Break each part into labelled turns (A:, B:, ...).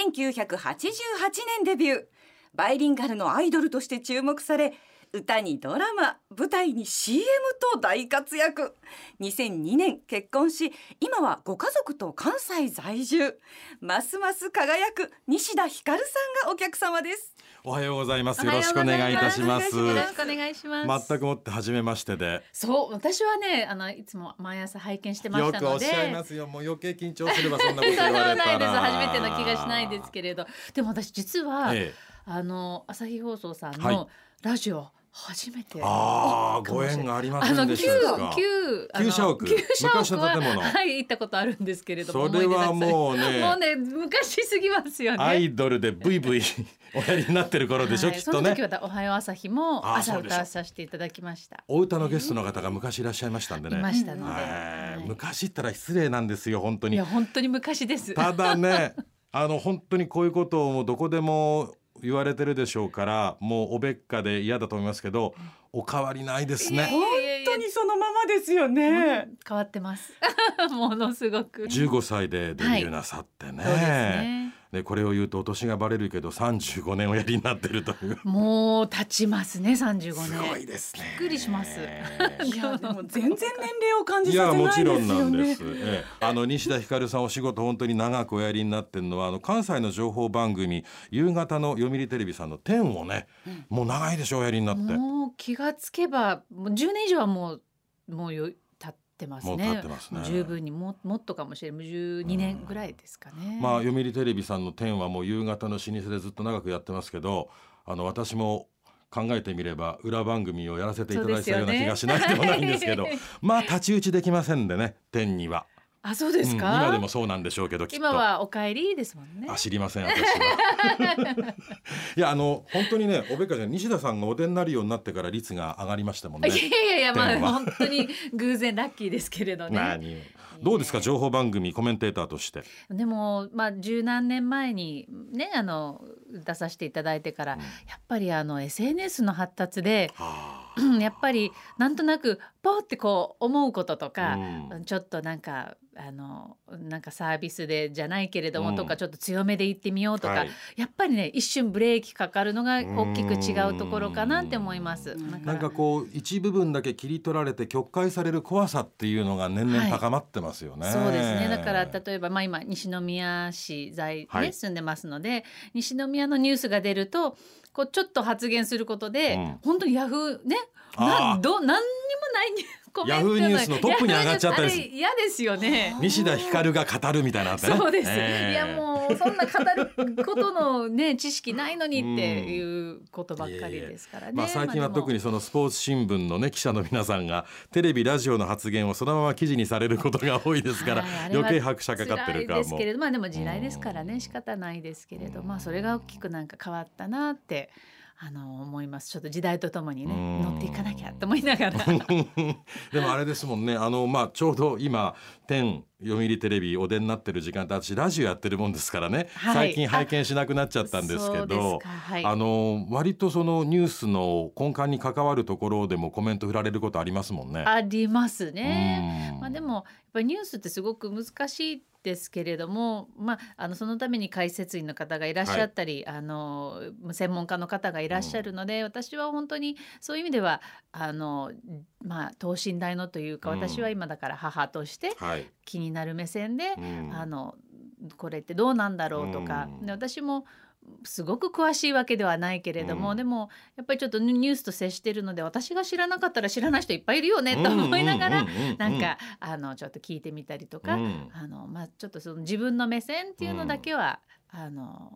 A: 1988年デビューバイリンガルのアイドルとして注目され歌にドラマ舞台に CM と大活躍2002年結婚し今はご家族と関西在住ますます輝く西田ひかるさんがお客様です
B: おはようございます。よろしくお願いいたします。
C: よろしくお願いします。
B: 全くもって初めましてで。
C: そう、私はね、あのいつも毎朝拝見してま
B: よ
C: した
B: くお
C: の
B: っ
C: で。
B: しゃいますよ。もう余計緊張すればそんなこと
C: そ
B: 言
C: んなこ
B: われ
C: とない
B: た
C: です。
B: ら。
C: 初めての気がしないですけれど、でも私実は、
B: ええ
C: あの朝日放送さん
B: はい
C: のラジオ初めて。
B: ああ、
C: か
B: ご
C: もしれな
B: 縁
C: い
B: がありま
C: あ
B: せ
C: の
B: んで
C: 旧
B: したか。
C: 旧あの
B: 旧社屋
C: 旧社屋は
B: 昔の建物
C: はい行ったことあるんですけれども
B: それは
C: 思
B: もう
C: い出たくさんもう
B: ね。
C: ね昔すぎますよね。
B: アイドルでブイブイ おやりになってる頃でしょ、
C: はい
B: きっ
C: そ
B: と
C: の
B: ね
C: 時はだおはよう朝日も
B: あー
C: 朝
B: そうでしょ
C: 歌わさせていただきました。
B: お歌のゲストの方が昔いらっしゃいましたんで
C: い
B: ね
C: ましたので。
B: はい
C: はい
B: 昔ったら失礼なんですよ本当
C: い
B: に
C: や本当に昔です。
B: ただね あの本当にこういうことをもうどこでも言われてるでしょうからもうおべっかで嫌だと思いますけどお変わりないですね
A: 本
C: いやいや
A: 当にそのままですよね
C: 変わってます。 ものすごく。
B: 15歳でデビューなさってね,、
C: そうですね。
B: でこれを言うとお年がバレるけど35年おやりになってるという
C: もう経ちますね、35年。
B: すごいですね
C: びっくりします
A: いやでも全然年齢を感じ
B: い
A: さ
B: や
A: せ
B: も
A: な
B: ち
A: い
B: ろ
A: です
B: んな
A: よ
B: んで
A: ね
B: す。ええ、あの西田ひかるさんお仕事本当に長くおやりになってるのはあの関西の情報番組夕方の読売テレビさんの天をね、もう長いでしょおやりになって。
C: もう気がつけば、もう10年以上はもう、もうよ、経ってますね。
B: もう経ってますね
C: もう十分にも、もっとかもしれない、12年ぐらいですかね。
B: まあ読売テレビさんの天はもう夕方の老舗でずっと長くやってますけど、あの私も考えてみれば裏番組をやらせていただいたような気がしないでもないんです けど、
C: はい
B: まあ太刀打ちできませんでね天には。
C: あ、そうですか。
B: うん今でもそうなんでしょうけどきっと。
C: 今はお帰りですもんね
B: あ。知りません私は いやあの本当にねおべっかじゃん西田さんがお出になるようになってから率が上がりましたもん
C: いや
B: ね
C: いやいや、まあ、
B: 電話
C: 本当に偶然ラッキーですけれどね。
B: 何どうですか情報番組コメンテーターとして
C: でもまあ十何年前にねあの出させていただいてから、やっぱりあの SNS の発達で
B: は
C: うんやっぱりなんとなくポーってこう思うことと
B: あ
C: か、
B: うん
C: ちょっとなんかあのなんかサービスでじゃないけれど
B: う
C: も
B: ん
C: とか、ちょっと強めで言ってみようとか、
B: はい
C: やっぱりね一瞬ブレーキかかるのが大きく違うところかなって思います。
A: うん
C: だら
B: なんかこう一部分だけ切り取られて曲解される怖さっていうのが年々
C: はい
B: 高まってますよね、
C: そうですねだから例えば、まあ、今西宮市在、ね
B: はい
C: 住んでますので西宮のニュースが出るとこうちょっと発言することで、
B: うん
C: 本当にヤフーね
B: あ
C: な
B: ー
C: どなんにもないにコメントの
B: ヤフーニュースのトップに上がっちゃったりする
C: ヤフーニュースあれ嫌ですよね。
B: 西田ひかるが語るみたいなのあってね
C: そうです、
B: ええ
C: いやもうそんな語ることのね知識ないのにっていうことばっかりで すからね。
B: まあ、最近は
C: まあでも
B: 特にそのスポーツ新聞のね記者の皆さんがテレビラジオの発言をそのまま記事にされることが多いですから
C: はいあれは
B: 余計拍車かかってるか
C: 辛いです
B: も
C: けれどまあでも時代ですからね仕方ないですけれど
B: うん
C: まあそれが大きくなんか変わったなってあの思いますちょっと時代とともにね
B: うん
C: 乗っていかなきゃと思いながら
B: でもあれですもんねあの、まあ、ちょうど今天読売テレビお出になってる時間って私ラジオやってるもんですからね、
C: はい
B: 最近拝見しなくなっちゃったんですけ
C: そうです
B: ど
C: か。はい
B: あの割とそのニュースの根幹に関わるところでもコメント振られることありますもんね。
C: ありますね。
B: うん
C: まあでもやっぱりニュースってすごく難しいですけれども、まあ、あのそのために解説員の方がいらっしゃったり、あの専門家の方がいらっしゃるので、私は本当にそういう意味ではあの、まあ、等身大のというか
B: うん
C: 私は今だから母として
B: はい、
C: 気になる目線で、
B: うん
C: あのこれってどうなんだろうとか、
B: うん
C: で私もすごく詳しいわけではないけれども、
B: うん
C: でもやっぱりちょっとニュースと接してるので私が知らなかったら知らない人いっぱいいるよねと思いながら、
B: うんうんうんうん
C: なんかあのちょっと聞いてみたりとか、
B: うん
C: あのまあ、ちょっとその自分の目線っていうのだけは、あの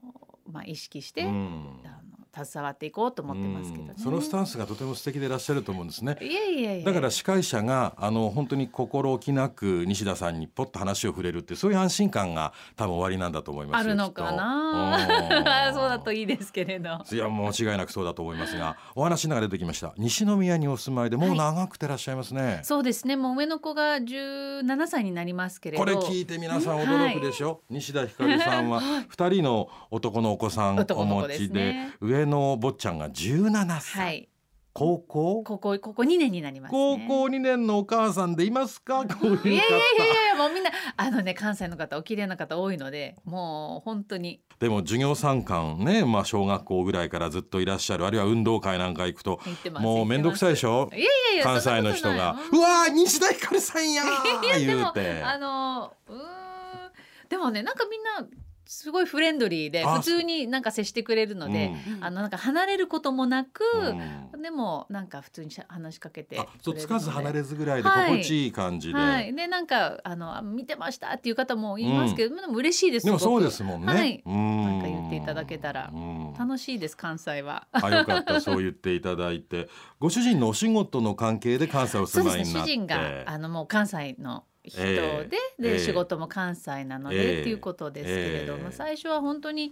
C: まあ、意識して、
B: うん
C: あの携わっていこうと思ってますけどね。
B: うんそのスタンスがとても素敵でいらっしゃると思うんですね。
C: いやいやいや
B: だ から司会者があの本当に心置きなく西田さんにポッと話を触れるってそういう安心感が多分終わりなんだと思います
C: あ
B: よ
C: るのかな
B: きっとうん
C: そうだといいですけれど。
B: いやもう間違いなくそうだと思いますがお話の中で出てきました西宮にお住まいでもう長くてらっしゃいますね、
C: そうですね。もう上の子が17歳になりますけれど。
B: これ聞いて皆さん驚くでしょ、西田ひかるさん は二人の男のお子さんお
C: 男の子
B: 持
C: で
B: ち
C: す
B: で
C: ね
B: 上の坊ちゃんが17歳、
C: はい。
B: 高校
C: ここここ2年になります、
B: 高
C: ね。
B: 校2年のお母さんでいますかこういう方
C: いやいやいやいやもうみんなあのね関西の方お綺麗な方多いのでもう本当に
B: でも授業参観ね、まあ、小学校ぐらいからずっといらっしゃるあるいは運動会なんか行くと
C: 言ってます。
B: もう面倒くさいでし
C: ょ。
B: ょ
C: いやいやいや
B: 関西の人
C: そんな
B: が
C: ことない
B: 「うわー西田ひかるさんや!」 言うて
C: あのうーんでもねなんかみんなすごいフレンドリーで
B: あ
C: 普通になんか接してくれるので、あのなんか離れることもなく、
B: うんうん
C: でもなんか普通にしゃ話しかけて
B: あそう
C: くれるので
B: つかず離れずぐらいで
C: はい
B: 心地いい感じで、
C: はいでなんかあのあ見てましたっていう方もいますけど、でも嬉しいです
B: でもそうですすもんね、
C: はい
B: うん
C: なんか言っていただけたら
B: うん
C: ごく楽しいです関西は
B: あよかったそう言っていただいてご主人のお仕事の関係で関西お
C: そう
B: 住
C: で
B: ますい
C: ね
B: になって
C: 主人があのもう関西の人で、
B: ええ
C: で仕事も関西なの
B: ええ
C: でっていうことですけれども、
B: ええ
C: 最初は本当に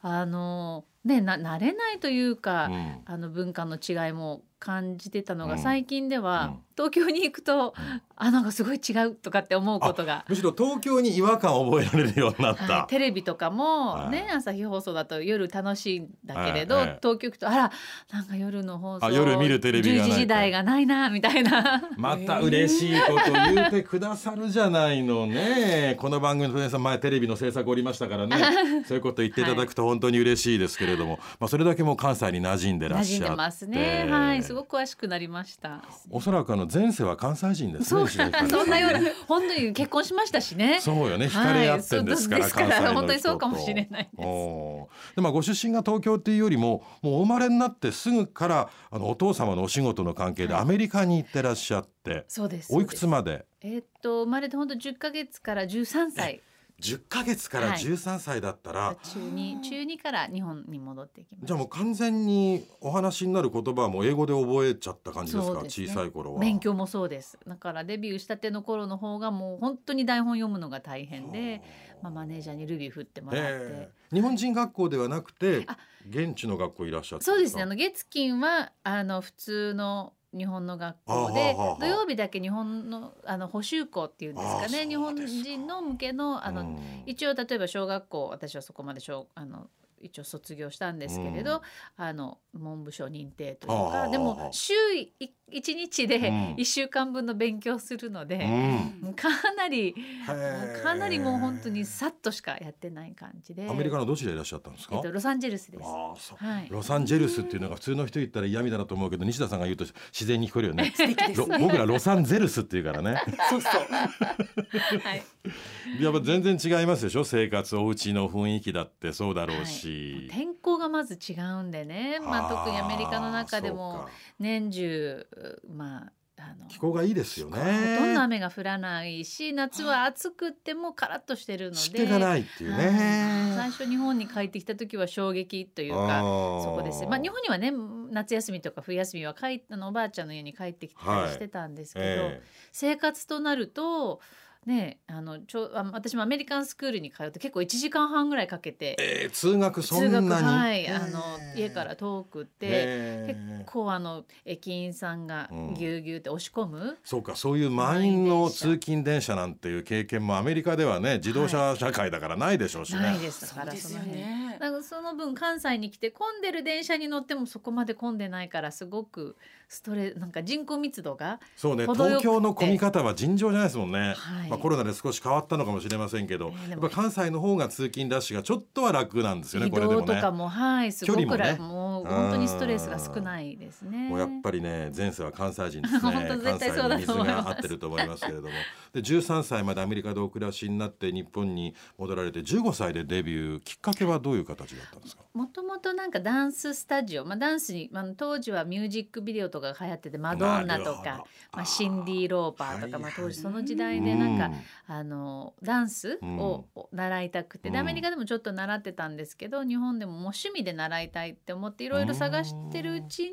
C: あのねな慣れないというか、
B: うん
C: あの文化の違いも感じてたの
B: う
C: が
B: ん
C: 最近では、東京に行くと、
B: うん
C: あなんかすごい違うとかって思うことが。
B: むしろ東京に違和感を覚えられるようになった、
C: はい、テレビと
B: は
C: かも
B: い
C: ね、朝日放送だと夜楽しいんだけれど、
B: はいはい
C: 東京行くとあらなんか夜の放
B: あ
C: 送
B: 夜見るテレビがない
C: 10時時代がないなみたいな。
B: また嬉しいこと言うてくださるじゃないの ね。この番組のプロデューサー前テレビの制作おりましたからね。そういうこと言っていただくと本当に嬉しいですけれども、まあそれだけもう関西に馴染んでらっ
C: 馴
B: しゃ
C: 染ん
B: っ
C: で
B: て。
C: ますね。はい、すごく詳しくなりました。
B: おそらくあの前世は関西人ですね。石田ひかりさ
C: そんなような
B: ね
C: 本当に結婚しましたしね。
B: そうよね。惹かれ合ってんですから、
C: はいそうです
B: 関西
C: から
B: の人と
C: 本当にそうかもしれないです
B: おーでまあご出身が東京っていうよりも、もうお生まれになってすぐからあのお父様のお仕事の関係で
C: はい
B: アメリカに行ってらっしゃって、
C: そうです。
B: おいくつまで？
C: えーっと生まれて本当10ヶ月から13歳
B: 10ヶ月から13歳だったら、
C: 中に中二から日本に戻ってきまし
B: じゃ
C: た
B: あもう完全にお話になる言葉はもう英語で覚えちゃった感じです
C: そ
B: か
C: うですね
B: 小さい頃は。
C: 勉強もそうですだからデビューしたての頃の方がもう本当に台本読むのが大変で、まあ、マネージャーにルビー振ってもらって、
B: ええ日本人学校ではなくて
C: あ
B: 現地の学校いらっしゃった
C: そうですねあの月金はあの普通の日本の学校
B: あは
C: で
B: あはあはあ
C: 土曜日だけ日本のあの補習校っていうんです
B: あ
C: か
B: そうです
C: ね
B: か
C: 日本人の向けのあの、
B: うん
C: 一応例えば小学校私はそこまで小あの一応卒業したんですけれど、あの文部省認定という
B: あ
C: か
B: あ
C: でも週い一日
B: う
C: で
B: ん
C: 一週間分の勉強するの
B: う
C: で、
B: ん
C: もうかなり
B: へえ
C: かなりもう本当にさっとしかやってない感じで
B: アメリカのどちらいらっしゃったんです
C: え
B: か
C: っ、と、ロサンゼルスです。
B: ああそう
C: はい
B: ロサンゼルスっていうのが普通の人言ったら嫌味だなと思うけど西田さんが言うと自然に聞こえるよね
A: 素敵です
B: ロ
A: ね。
B: 僕らロサンゼルスっていうから ね
A: そう そう。
C: はい
B: やっぱ全然違いますでしょ生活お家の雰囲気だってそうだろう
C: はい
B: し、
C: 天候がまず違うんでね、まあ、特にアメリカの中で
B: あーそう
C: も
B: か
C: 年中まああの
B: 気候がいいですよね。
C: ほとんど雨が降らないし夏は暑くってもカラッとしてるので
B: 湿気がないっていう
C: はい最
B: ね。
C: 初日本に帰ってきた時は衝撃というかそ
B: こ
C: こですねまあ、日本にはね夏休みとか冬休みは帰あのおばあちゃんの家に帰ってきた
B: は
C: り
B: い
C: してたんですけど、
B: え
C: 生活となると。ね、あのちょあ私もアメリカンスクールに通って結構1時間半ぐらいかけて
B: えええ通学そ
C: 通
B: んな
C: 学
B: に。
C: はい
B: ええ
C: あの家から遠くて
B: ええ
C: 結構あの駅員さんが
B: うん
C: ぎゅうぎゅうって押し込む
B: そうかそういう満員の通勤電車なんていう経験もアメリカではね自動車社会だからないでしょうしね。
C: ないです
A: そ
C: か
A: う
C: ら
A: で
C: そ
A: す
C: の
A: よ
C: 辺。
A: ね。
C: なんかその分関西に来て混んでる電車に乗ってもそこまで混んでないからすごくストレなんか人口密度が、
B: そうね
C: 程よ
B: 東
C: くて
B: 京の混み方は尋常じゃないですもんね。
C: はい
B: まあ、コロナで少し変わったのかもしれませんけど、
C: ね
B: や
C: で
B: っ
C: も
B: ぱ関西の方が通勤ラッシュがちょっとは楽なんですよね
C: 移
B: これでも
C: 動
B: ね。
C: とかもはいす
B: 距
C: ご
B: 離も
C: く
B: ね
C: らもう本当にストレスが少ないですね。
B: もうやっぱりね前世は関西人ですね
C: 本当
B: 関
C: 絶
B: 西
C: 対そう
B: に
C: だ
B: 水
C: と思います
B: が合ってると思いますけれどもで13歳までアメリカでお暮らしになって日本に戻られて15歳でデビューきっかけはどういう形だったんですか
C: もともとなんかダンススタジオ、まあ、ダンスに、まあ、当時はミュージックビデオとかが流行っててマドンナと
B: なるほ
C: か
B: ど、
C: まあ、シンディ・ローパーとか、ま
B: はいはい
C: あ、当時その時代でなんか、あのダンス
B: うん
C: を習いたくて、
B: う
C: で
B: ん
C: アメリカでもちょっと習ってたんですけど日本でももう趣味で習いたいって思っていろいろ探してるうちに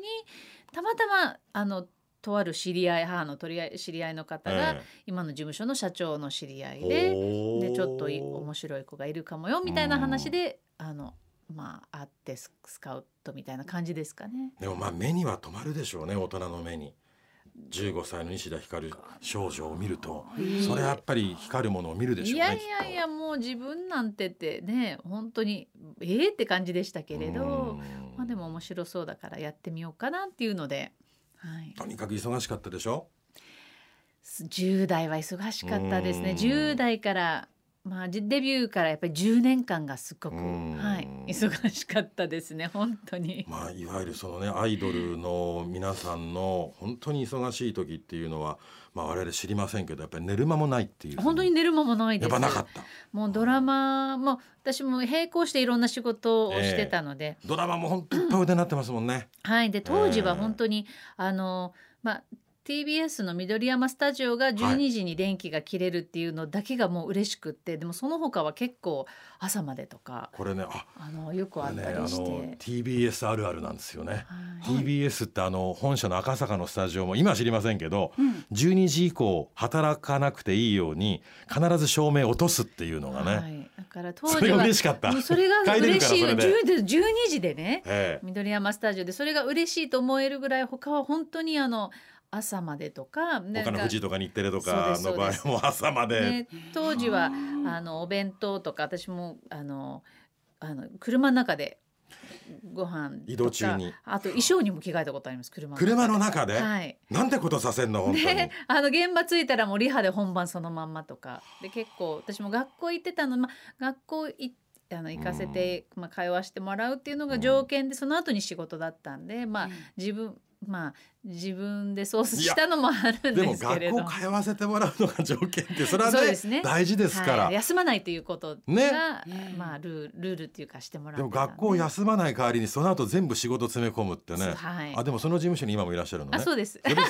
C: たまたまあのとある知り合い母の取り合い知り合いの方が、今の事務所の社長の知り合いで,、でちょっとい面
B: 白
C: 白い子がいるかもよみたいな話で、あのまあ会ってススカウトみたいな感じですかね。
B: でもまあ目には止まるでしょうね大人の目に15歳の西田ひかる少女を見るとそれはやっぱり光るものを見るでしょう
C: い
B: ね
C: やいやいやもう自分なんてってね本当にええって感じでしたけれど、まあでも面白そうだからやってみようかなっていうのではい
B: とにかく忙しかったでしょ
C: 10代は忙しかったです
B: う
C: ね
B: ん
C: 10代から、まあ、じデビューからやっぱり10年間がすごく、
B: うん
C: はい、忙しかったですね本当に。
B: まあ、いわゆるそのねアイドルの皆さんの本当に忙しい時っていうのは、まあ、我々知りませんけどやっぱり寝る間もないっていう
C: 本当に寝る間もないで
B: やっ
C: す。
B: ぱなかった
C: もうドラマも私も並行していろんな仕事をしてたので、
B: ドラマも本当いっぱい腕になってますもんね。
C: はいで当時は本当に、あのまあ TBS の緑山スタジオが12時に電気が切れるっていうのだけがもう嬉しくって、でもその他は結構朝までとか
B: これねあ
C: あのよく
B: こ
C: あ
B: れ
C: っ
B: ね
C: た
B: あ
C: りして、
B: の TBS あるあるなんですよね。
C: はい、
B: TBS ってあの本社の赤坂のスタジオも今知りませんけど
A: うん
B: 12時以降働かなくていいように必ず照明落とすっていうのがね、
C: はい、だから当
B: そ
C: 時
B: れが
C: は
B: 嬉しかった
C: もうそれが
B: 帰れる
C: 嬉
B: から
C: しい
B: それで
C: 10で12時でね
B: ええ
C: 緑山スタジオでそれが嬉しいと思えるぐらい他は本当にあの朝までとかな
B: 他
C: んか
B: の富士とか日テレとかの
C: そう
B: 場
C: です
B: 合も朝まで、
C: ね、当時はあ
A: あ
C: のお弁当とか私もあのあの車の中でご飯とか
B: 移動中に
C: あと衣装にも着替えたことあります車の中で
B: 車の中で、
C: はい
B: なんてことさせんの本当に、
C: であの現場着いたらもうリハで本番そのまんまとかで結構私も学校行ってたの、ま、学校いあの行かせて、まあ、会話してもらうっていうのが条件でその後に仕事だったんでまあ自分まあ自分でソースしたのもあるん
B: でも
C: ですけ
B: 学
C: れど
B: 校通わせてもらうのが条件ってそれは
C: そう
B: ね
C: ですね
B: 大事ですから、
C: はい休まないということが、
B: ね
C: まあルールールっていうかしてもらっ
B: で
C: てた
B: も
C: んで
B: 学校を休まない代わりにその後全部仕事詰め込むってね、
C: はい
B: あでもその事務所に今もいらっしゃるのね
C: あそうです
B: それ素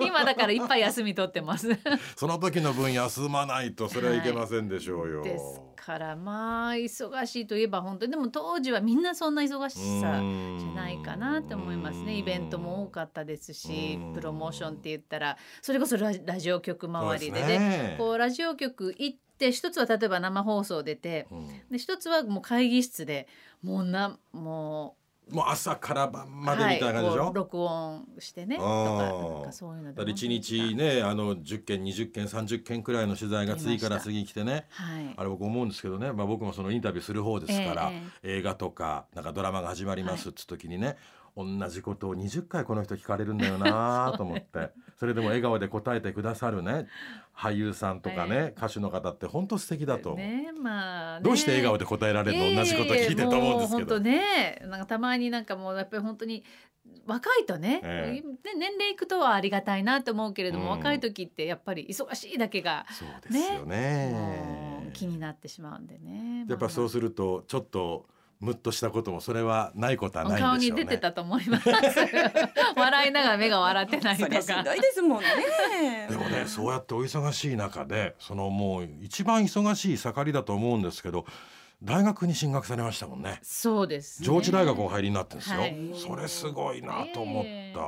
C: 今だからいっぱい休み取ってます
B: その時の分休まないとそれはいけませんでしょうよ、
C: ですからまあ忙しいといえば本当にでも当時はみんなそんな忙しさじゃないかなって思いますねイベントも多
B: っ
C: かったですし
B: うん
C: プロモーションって言ったらそれこそララジオ局周りでね
B: ね
C: こうラジオ局行って一つは例えば生放送出て
B: うん
C: で一つはもう会議室でもうなも
B: もう朝から晩
C: う
B: までみたいな感じでしょ、
C: はいこう録音してねとか
B: あー
C: なんかそういうの
B: だ
C: で
B: から一日ねあの10件20件30件くらいの取材が次から次に来てね
C: はい
B: あれ僕思うんですけどね、まあ、僕もそのインタビューする方ですから、
C: えええ
B: 映画とかなんかドラマが始まりますっつう時にね、同じことを20回この人聞かれるんだよ なと思ってそれでも笑顔で答えてくださるね俳優さんとかね、
C: は
B: 歌手の方って本当素敵だと思う、
C: ねまあね
B: どうして笑顔で答えられるの、同じこと聞いてと思うんですけど
C: い。やいやいやもう本当ね、なんかたまになんかもうやっぱり本当に若いとね、
B: ええ
C: ね年齢いくとはありがたいなと思うけれども、
B: うん
C: 若い時ってやっぱり忙しいだけが、
B: そうですよ
C: も
B: ね
C: う気になってしまうんでね。
B: やっぱそうするとちょっとムッとしたこともそれはないことは
C: まあまあ
B: ない
C: 顔
B: んでし
C: に
B: ょうね。
C: 出てたと思います。笑いながら目が笑ってないと
A: そりゃしん
C: か。
A: どいですもんね
B: でもねそうやってお忙しい中でそのもう一番忙しい盛りだと思うんですけど大学に進学されましたもんね
C: そうです、ね。
B: 上智大学お入りになってんですよ、
C: はい
B: それすごいなと思った、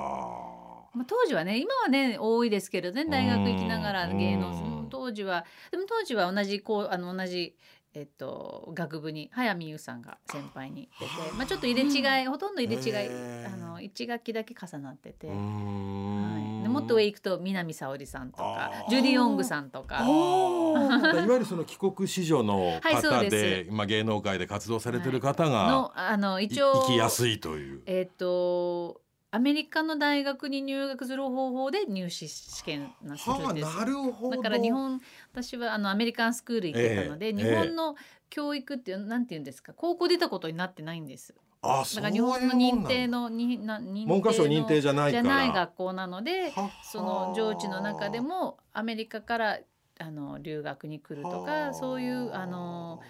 C: まあ、当時はね今はね多いですけどね大学行きながら
B: うん
C: 芸
B: う
C: 能
B: ん
C: 当時はでも当時は同じこうあの同じ、えっと、学部に早見優さんが先輩に出て、まあ、ちょっと入れ違いほとんど入れ違
B: へ
C: い
B: え
C: あの1学期だけ重なってて、
B: う
C: は
B: ーん
C: い、でもっと上行くと南沙織さんとか
B: あー
C: ジュディ・オングさんとか。
B: あーだからいわゆるその帰国子女の
C: はいそ
B: 方
C: う
B: で,、
C: で
B: まあ、芸能界で活動されてる方が
C: のあの
B: い
C: 一応
B: 行きやすいという。
C: えっ、とアメリカの大学に入学する方法で入試試験なする
B: はあ
C: んです
B: なるほど
C: だから日本私はあのアメリカンスクール行ってたので、
B: ええ
C: 日本の教育っていうなんていうんですか高校出たことになってないんです
B: あ
C: だから日本
B: そう
C: の
B: いうもん
C: 認
B: なんだ
C: 定のにな認定の
B: 文科省認定じゃない
C: じ
B: か
C: ゃ
B: ら
C: ない学校なので
B: はは
C: その上智の中でもアメリカからあの留学に来ると
B: は
C: かそういうあの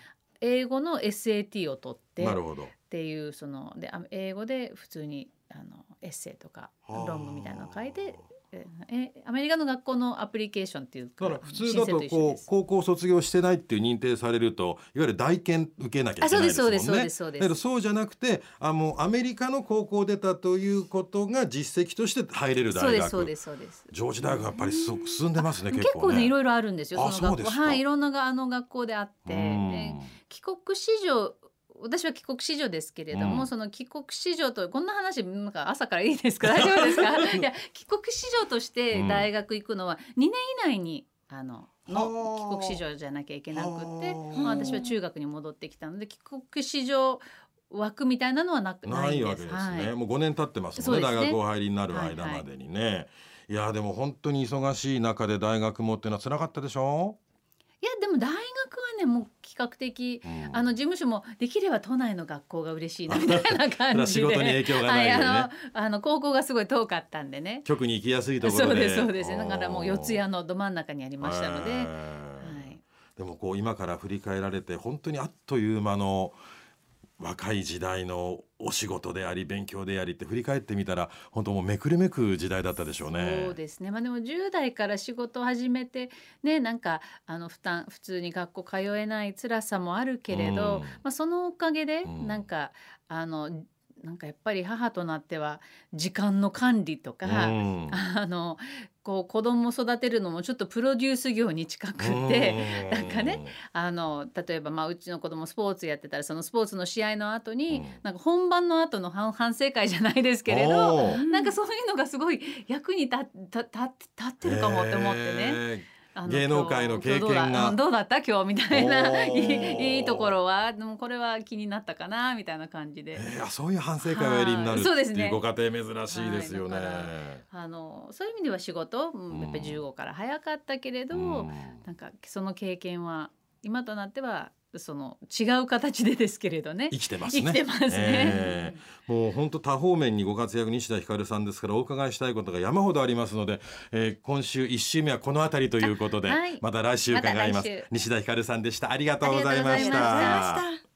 C: 英語の SAT を取って
B: なる
C: っ
B: ほど
C: ていうそのであ英語で普通にあのエッセイとか
B: はあ
C: 論文みたいなの書いてええアメリカの学校のアプリケーションっていう
B: だ
C: か
B: から普通
C: 申
B: だ
C: 請
B: と
C: 一
B: こ
C: 緒で
B: う
C: す
B: 高校卒業してないっていう認定されるといわゆる大検受けなきゃい
C: あ
B: け
C: そう
B: ないで
C: で
B: すすも
C: そうん
B: ね
C: ですそ
B: だ
C: うですそうで
B: けど
C: す
B: そうじゃなくてあもうアメリカの高校出たということが実績として入れる
C: そう
B: 大
C: ですそう
B: 学
C: ですそうです
B: 上智大学やっぱりすごく進んでますね結
C: 結
B: 構
C: 構ね
B: ね
C: いろいろあるんですよ
B: あ
C: そ
B: そ
C: の
B: う
C: 学
B: で
C: 校
B: すか
C: はいいろんながあの学校であって
B: うん
C: で帰国子女私は帰国子女ですけれども、
B: うん
C: その帰国子女とこんな話なんか朝からいいですか 大丈夫です かいや帰国子女として大学行くのは2年以内にあの
B: はあ
C: の帰国子女じゃなきゃいけなくって、
B: はあ
C: まあ、私は中学に戻ってきたので帰国子女枠みたいなのはなく
B: ないわけですね、
C: はい
B: もう5年経ってますもんね
C: そう
B: 大
C: ですね
B: 学お入りになる間までにね、いやでも本当に忙しい中で大学もっていうのは辛かったでしょ、
C: いやでも大学はねもう比較的
B: うん
C: あの事務所もできれば都内の学校が嬉しいなみたいな
B: た
C: 感
B: だ
C: じ
B: 仕
C: で。
B: 事に影響が
C: は
B: ない
C: い、
B: ようにね、
C: あのあの高校がすごい遠かったんでね。
B: 局に行きやすいとこ
C: そ
B: ろ
C: うで
B: です
C: そうです。だからもう四
B: や
C: 谷のど真ん中にありましたので、
B: へー
C: はい、
B: でもこう今から振り返られて本当にあっという間の若い時代のお仕事であり勉強でありって振り返ってみたら本当もうめくるめく時代だったでしょうね。
C: そうですね。まあでも10代から仕事を始めてねなんかあの負担普通に学校通えない辛さもあるけ
B: う
C: れど、
B: ん
C: まあそのおかげで
B: うん
C: なんか、あのなんかやっぱり母となっては時間の管理とか。
B: うん
C: あのこう子供を育てるのもちょっとプロデュース業に近くて、
B: う
C: なんかねあの例えば、まあ、うちの子供スポーツやってたらそのスポーツの試合の後に、
B: うん
C: なんか本番の後の反反省会じゃないですけれど
B: おー
C: なんかそういうのがすごい役に立立立立ってるかもって思ってね。
B: へ
C: あの
B: 芸能界の経験が
C: 今日今日どうだうんどうだった今日みたい
B: お
C: な
B: ー
C: い いいいところはでもこれは気になったかなみたいな感じで
B: ー。へーあそういう反省会をおやりになるって
C: はいそうです
B: い
C: ね
B: うご家庭珍しいですよね。
C: はいだからあのそういう意味では仕事、うんやっぱり15から早かったけれど、
B: うん
C: なんかその経験は今となってはその違う形でですけれどね
B: 生きてます
C: 生
B: ね。
C: きてますね。
B: ええもう本当多方面にご活躍西田ひかるさんですからお伺いしたいことが山ほどありますので、えー、今週一週目はこのあたりということで、
C: あはい
B: また来週伺いま
C: また
B: す
C: 来週
B: 西田ひかるさんでしたありがとうござい
C: あ
B: ま
C: り
B: し
C: がとうございま
B: た
A: した。